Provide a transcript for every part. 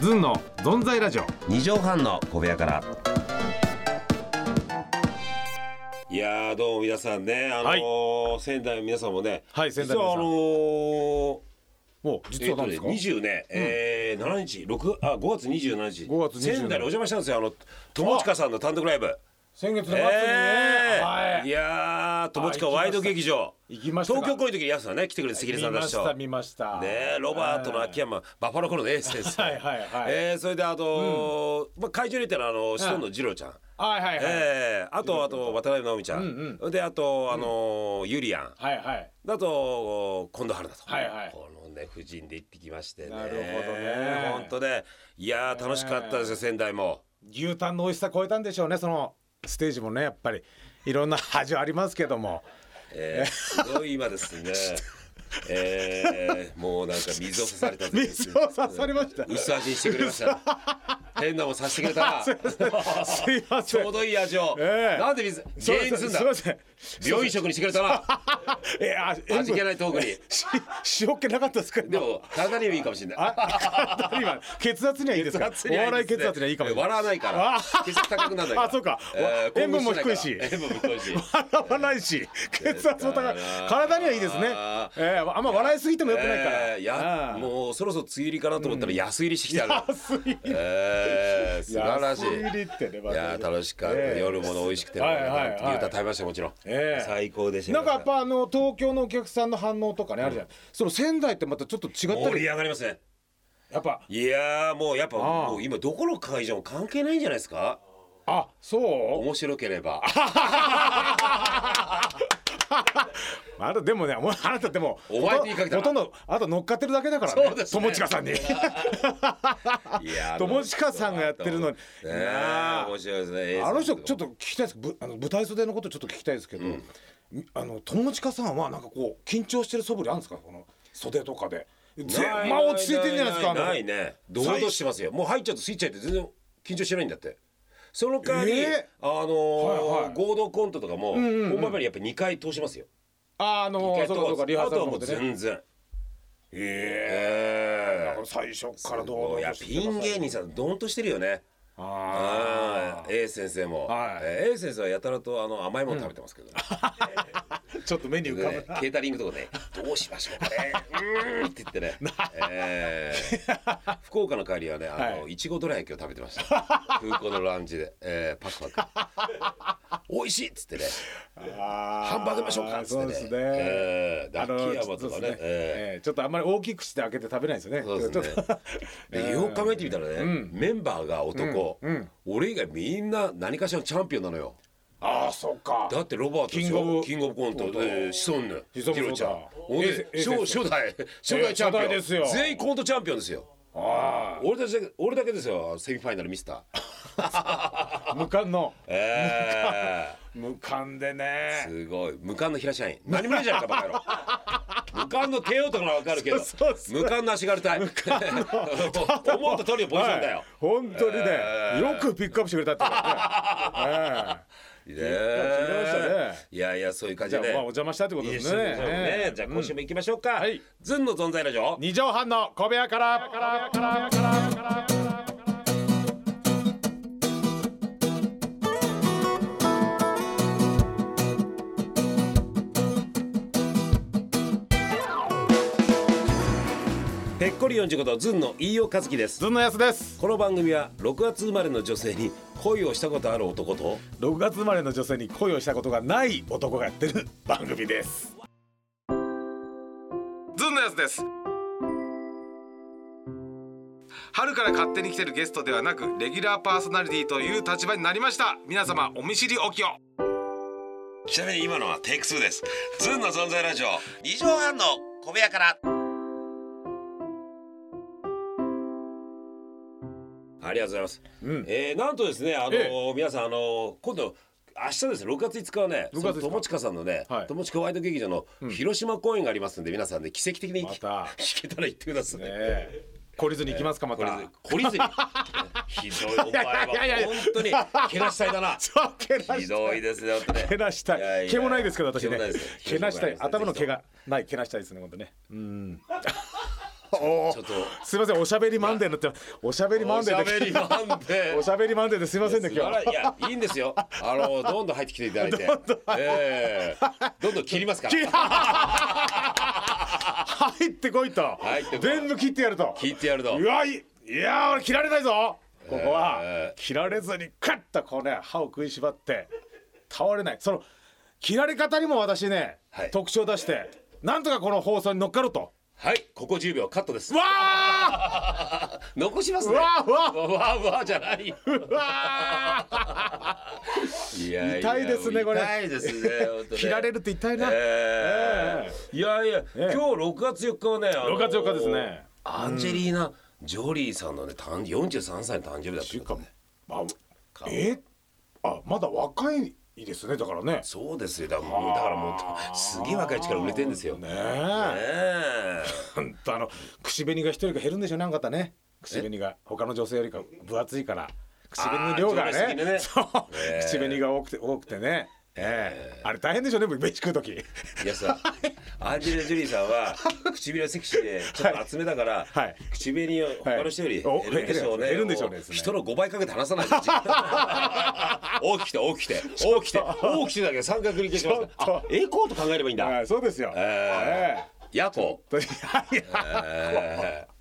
ずんのぞんざいラジオ二畳半の小部屋から。いやーどうも皆さんね、あのー仙台の皆さんもね、はい仙台の実皆はさあんのー、もうえ実っはと何でねすか、二十ね、えー、七日、六あ五月二十七日、 5月27日仙台にお邪魔したんですよ、あの友近さんの単独ライブ。先月の末にね、えーはいい、やー友近ワイド劇場行きました東京公演の時にやすさんね来てくれて関根さん見だまししたと見ましたねロバートの秋山、バッファローコロのエースです。はいはいはいえーそれであと、まあ会場にいたらあのシソンの二郎ちゃん。はいはいはい、えーあとあと渡辺直美ちゃん、であとあのーゆりやんはいはいだと近藤春だと、はいはいこのね夫人で行ってきましてねなるほどね本当ねいやー楽しかったですよ仙台も牛タンの美味しさ超えたんでしょうねそのステージもねやっぱりいろんな味はありますけどもえーすごい今です ね。えー、もうなんか水を刺されたという水を刺されました薄味にしてくれま したね、変なもん刺してくれたすいまちせんょうどいい味を、ええなんで水原因すんだすいません病院食にしてくれたな えあ塩味気分ないトークにし塩気なかったですかでも体にはいいかもしれないあ体には血圧にはいいですか血圧おにはいいですね笑い血圧にはいいかもしれない笑わないから血圧高くならないからあそうか興奮な塩分いもか低らいし塩分も低いし笑わないし血圧も高いだから体にはいいですねあ、えー、あんま笑いすぎてもよくないから、えーいやあーもうそろそろ梅雨入りかなと思ったら安入りしてきたの安いえー素晴らしい。安入りってねまいたねやー楽しかった、ええ夜もの美味しくて、はいはいはい牛タン食べましたもちろん、ええ最高でしたなんかやっぱあの東京のお客さんの反応とかねあるじゃん、その仙台ってまたちょっと違った盛りり上がりますねやっぱいやーもうやっぱああもう今どこの会場も関係ないんじゃないですかあ そう面白けれ ばあれでもねもうあなたでもお前って言いかけたほなとんどあと乗っかってるだけだからそうねですね友近さんにいやー友近さんがやってるのにねえなあ面白いですねあの人ちょっとと聞きたいですぶあの舞台袖のことちょっと聞きたいですけど、みあの友近さんはなんかこう緊張してる素振りあるんですかこの袖とかで全まあ落ち着いてんじゃないですかないあのないね堂々としてますよもう入っちゃうとスイッチ入って全然緊張してないんだってその代わり、ええあのーはいはい合同コントとかも、んうん本番までやっぱ2回通しますよああのあそうかそうかリハーサルのこととはでもねう全然えええ最初からどういやピン芸人さんどんとしてるよねあああ A 先生も、はいえー A 先生はやたらとあの甘いもの食べてますけど、 ねあちょっと目に浮かぶねケータリングとかねどうしましょうかね うーんって言ってね、えー福岡の帰りはねあの、、はいちごどら焼きを食べて ました空港のラウンジで、えー、パクパ ク美味しいっつってねハハンバーグましょうかっつそってうねですね、えー、あラのッキーヤマとそかうねですえーええちょっとあんまり大きくして開けて食べないですよねそうですねちょっと でよく考えてみたらね、メンバーが男、俺以外みんな何かしらのチャンピオンなのよああそうかだってロバートでしょキングオブキングオブコントでシソンヌシソンヌヒロちゃんそうだ俺ええ初初代初代チャンピオン、初代ですよ全員コントチャンピオンですよあ俺たちだけ俺だけですよセミファイナルミスターあ無冠のえ無冠で ー、ねすごい無冠の平社員何もないじゃないかバカ 野郎無冠の帝王とかなら分かるけどそうそう無冠の足軽隊思 った通りのポジションだよ、はい本当にね、えーよくピックアップしてくれたってことね、え 聞ねいてましたねいやいやそういうえ感じじゃあ、まであ、お邪魔したってこといいでですすねねねじゃあ今週も行きましょうか、はいずんの存在ラジオ二畳半の小部屋からぺっこり45度ずんの飯尾和樹ですずんのやすですこの番組は6月生まれの女性に恋をしたことある男と6月生まれの女性に恋をしたことがない男がやってる番組ですずんのやつです春から勝手に来てるゲストではなくレギュラーパーソナリティという立場になりました皆様お見知りおきをちなみに今のはテイク2ですずんの存在ラジオ2畳半の小部屋からありがとうございます、うんえーなんとですねあのーえ皆さんあのー今度明日ですね6月5日はね6月5日その友近さんのね、はい友近ワイド劇場の広島公演がありますんで、皆さんね奇跡的にま弾たねけたら言ってください、え懲りずに行きますかまた、懲り ずにひどいお前はいやいやいや本当にけなしたいだ なそうけなひしどいですね本当ねけなしたいいやいや毛もないですけど私毛ねもないですけなしたい頭の毛ががないけなしたいですね本当ねうんおーちょっとすいませんおしゃべりマンデーになってますおしゃべりマンデーおしゃべりマン デーおしゃべりマンデーですいませんねい今や日いやいいんですよあのどんどん入ってきていただいてええどんどん切りますから切 入ってこいと入ってこい全部切ってやると切ってやるとうわいいやー俺切られないぞここは、え切られずにクッとこうね歯を食いしばって倒れないその切られ方にも私ね、はい特徴出してなんとかこの放送に乗っかろうとはいここ10秒カットですうわー残しますうねわーうわわわわじゃないよーうわーいやや痛いですねこれ痛いですね本当ね切られるって痛いな、ええいやいや、ええ今日6月4日はね、あの6月4日ですねアンジェリーナ・ジョリーさんのね誕43歳の誕生日だった中んだ華もねあえあまだ若いですねだからねそうですよだからもうだからもうすげえ若い力売れてんですよねねええ本当あの口紅が一人が減るんでしょなんかあったね口紅が他の女性よりか分厚いから口紅の量があーね上手すぎるねそう、ええ口紅が多くて多くてねええあれ大変でしょうね飯食う時いやさアンジェリーナ・ジョリーさんは唇をセクシーでちょっと厚めだから、はい口紅を他の人よりはい減るんでしょうね、お減るんでしょうねも人の5倍かけて話さないでほしい大きくて大きくて大きくて大きくてだけど三角に消しまちょすっあ栄光と考えればいいんだああそうですよええー、夜行。えいやいやえー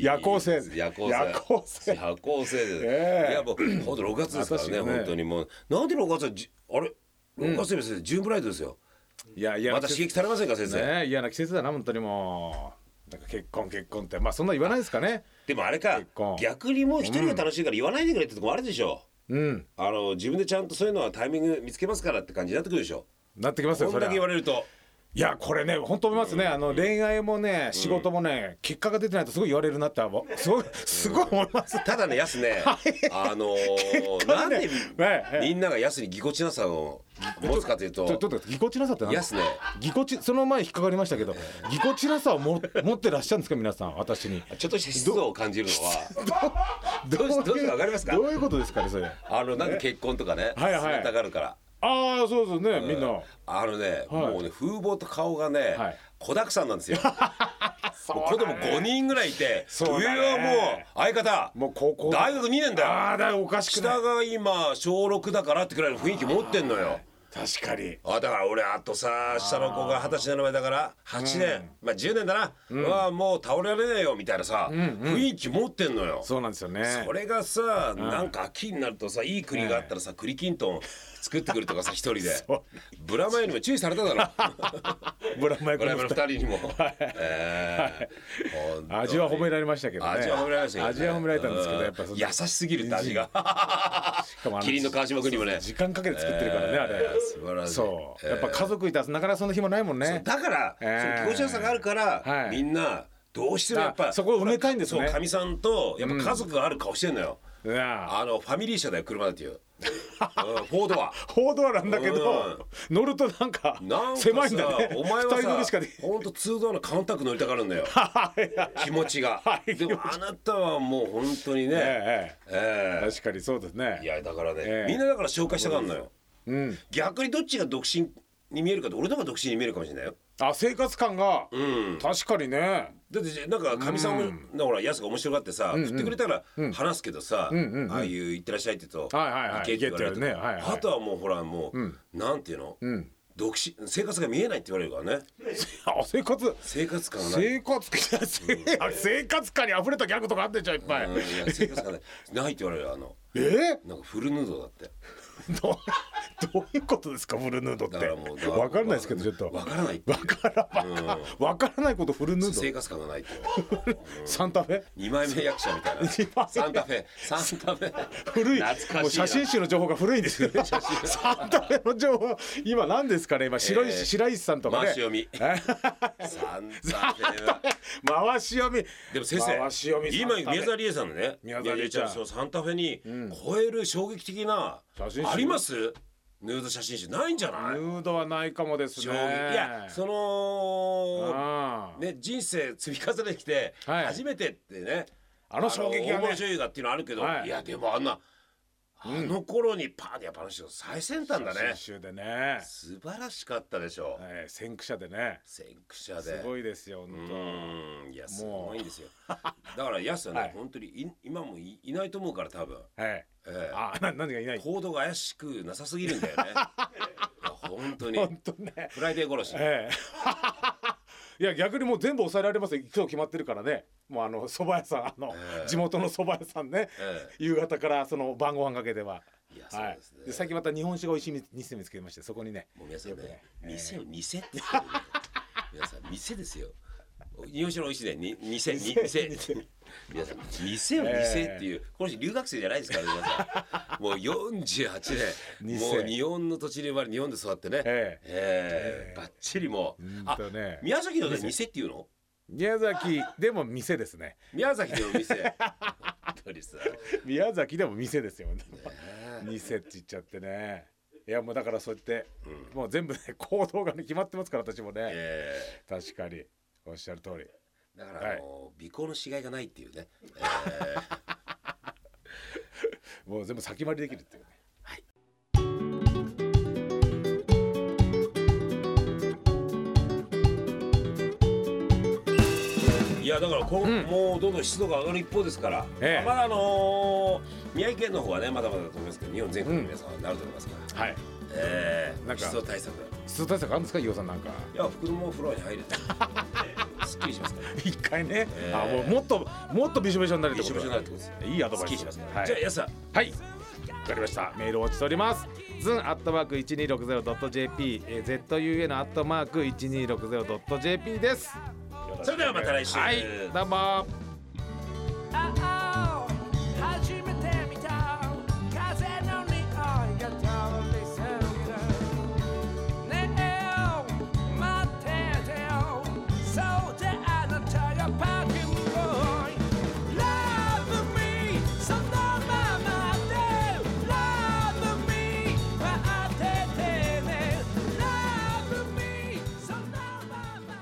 夜行性夜行性。夜行性夜行性です。ええいやもう本当6月ですからね私ね本当にもうなんで6月はじあれ6月ですよ、ジューンブライドですよ。いやいやまた刺激されませんか先生。ねえ嫌な季節だな本当にもうなんか結婚結婚ってまあそんな言わないですかねでもあれか結婚逆にもう一人が楽しいから言わないでくれってとこもあるでしょ。うんあの自分でちゃんとそういうのはタイミング見つけますからって感じになってくるでしょ。なってきますよこそんれだけ言われると。いやこれね本当思いますね、あの恋愛もね仕事もね、結果が出てないとすごい言われるなってあもうすごいすごい思い ます、ただねや すね、あのーなんでええみんながやすにぎこちなさを持つかというちょとちょっとぎこちなさって何やすねぎこちその前引っかかりましたけど、ぎこちなさをも持ってらっしゃるんですか皆さん私にちょっとした湿度を感じるのはどうしいどうしてわかりますかどういうことですかねそれああのなんか結婚とかねはいはいたがるからあーそうそうね、みんなあのね、はいもうね風貌と顔がね、はい子だくさんなんで すよもう子供5人ぐらいいて、そうだね上はもう相方もう高校大学2年だよああだからおかしくない下が今小6だからってくらいの雰囲気持ってんのよ確かにあだから俺あとさ下の子が二十歳になる前だから8年、まあ10年だな、はもう倒れられないよみたいなさ、雰囲気持ってんのよそうなんですよねそれがさ、なんか秋になるとさいい国があったらさ、栗きんとん作ってくるとか さ一人でうブラマヨにも注意され ただろブラマイブクラのマヨ二の二人人に も、えーほんとに味は褒められましたけどね味は褒められましたけどね味は褒められたんですけどうやっぱその優しすぎるって味がかもあのキリンの川島君にもね時間かけて作ってるからね、あれ素晴らしいそう、えーやっぱ家族いたらなかなかそんな暇ないもんそうねだから、えーその気持ちよさがあるから、はいみんなどうしてもやっぱあそこを埋めたいんですねそうかみさんとやっぱ家族がある顔してんのよ、いやあのファミリー車だよ車だっていう、うんフォード は報道なんだけど、乗るとなんかなんかさ狭いんだねお前二人乗はりしかさで本当通道のカウンタック乗りたがるんだよ気持ちが、はいでもあなたはもう本当にね、ええええ確かにそうですねいやだからね、ええみんなだから紹介したがるのようん逆にどっちが独身に見えるかって俺の方が独身に見えるかもしれないよあ生活感が、うん確かにねだってなんかかみさんも、なほらやすが面白がってさ、振ってくれたら話すけどさ、ああいう「いってらっしゃい」って言うと「はいはいはい行け」って言われると、行けって言われるねはいはいあとはもうほらもう、なんていうの、ん独身生活が見えないって言われるからねあ生活生活感がない。生活感いやせあ生活感に溢れたギャグとかあってんじゃんいっぱい、うんいや生活感ないないって言われるよあのええなんかフルヌードだってどどういうことですかフルヌードっだからもうて わかんないですけどちょっとわからないってわからわかわからないことフルヌー生ド活感がないってサンタフェ二枚目役者み たい枚目なサンタフェサンタフェ古い懐かしいなもう写真集の情報が 古いんですよサンタフェの情報今何ですかね今白石、えー白石さんとか回ねし読みサンタフェは回し読みでも先生回し読み今サンタフェ宮沢りえさんのね宮沢りえちゃん宮沢りえそうサンタフェに超える衝撃的な、写真集ありますヌード写真集ないんじゃなヌいードはないかもです衝ね撃いやそのあーね人生積み重ねてきてはい初めてってね、あの衝撃がねあの大物女優がっていうのはあるけど、はいい、やでもあんなあの頃にパーでやっぱあの人最先端だね写。真集でね、素晴らしかったでしょう。えー、先駆者でね先駆者すで。ごいですよ本う当ーんいやすごいんですよ。だからやすはね、はい本当にい今もいいないと思うから多分。はいええあな何がいない行動が怪しくなさすぎるんだよね。 いや本当に。本当ねフライデー殺し。ええ いや逆にもう全部抑えられますよ今日決まってるからねもうあの蕎麦屋さんあの、ええ地元の蕎麦屋さんね、え夕方からその晩ご飯かけてはいやはいそうですねで最近また日本酒が美味しい店見つけましてそこにねもう皆さんよくね、店を店 って言ってるね皆さん店ですよ。日本酒の美味しいね、に店に店店皆さん店を店っていう、この人留学生じゃないですから皆 さん。もう48年、店もう日本の土地で生まれ日本で育ってね、えええばっちりも うう、んあとね宮崎のね店っていうの？宮崎でも店ですね宮崎での店。本当に さ 宮崎でも店ですよ、店って言っちゃってねいやもうだからそうやって、もう全部ね行動がね決まってますから私もね、ええ確かにおっしゃる通りだからあの尾行のしがいがないっていうね。ええもう全部先回りできるっていうねはいいやだからこ、もうどんどん湿度が上がる一方ですから、ええまだあのー宮城県の方はねまだまだだと思いますけど日本全国の皆さんはなると思いますから、はいええなんか湿度対策湿度対策あるんですか伊代さんなんかいや袋もお風呂に入るすっきりしますから 一回ね、えーあもうもっともっとびしょびしょになるってびこしょとだびしょになるってことですいいアドすバっイきスりしますから、はいじゃあ安さんはい。わかりました。メールをお待ちしております。ズンアットマーク一二六ゼロドット JP、えー、ZUN アットマーク一二六ゼロドット JP です。それではまた来週はい。どうも。ああ初めて見た風の匂いが通り過ぎるねえ待っててよそうであなたがパーキングボーイ Love me そのままで Love me 待っててね Love me そのまま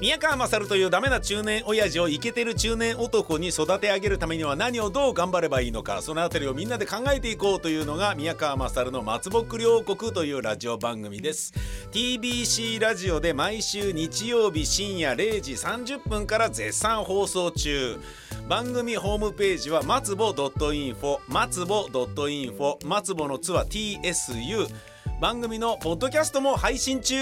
宮川勝というダメな中年親父をイケてる中年男に育て上げるためには何をどう頑張ればいいのかそのあたりをみんなで考えていこうというのが宮川勝の「松ぼっくり王国」というラジオ番組です TBC ラジオで毎週日曜日深夜0時30分から絶賛放送中番組ホームページは松ぼ .info 松ぼ .info 松ぼのつは TSU 番組のポッドキャストも配信中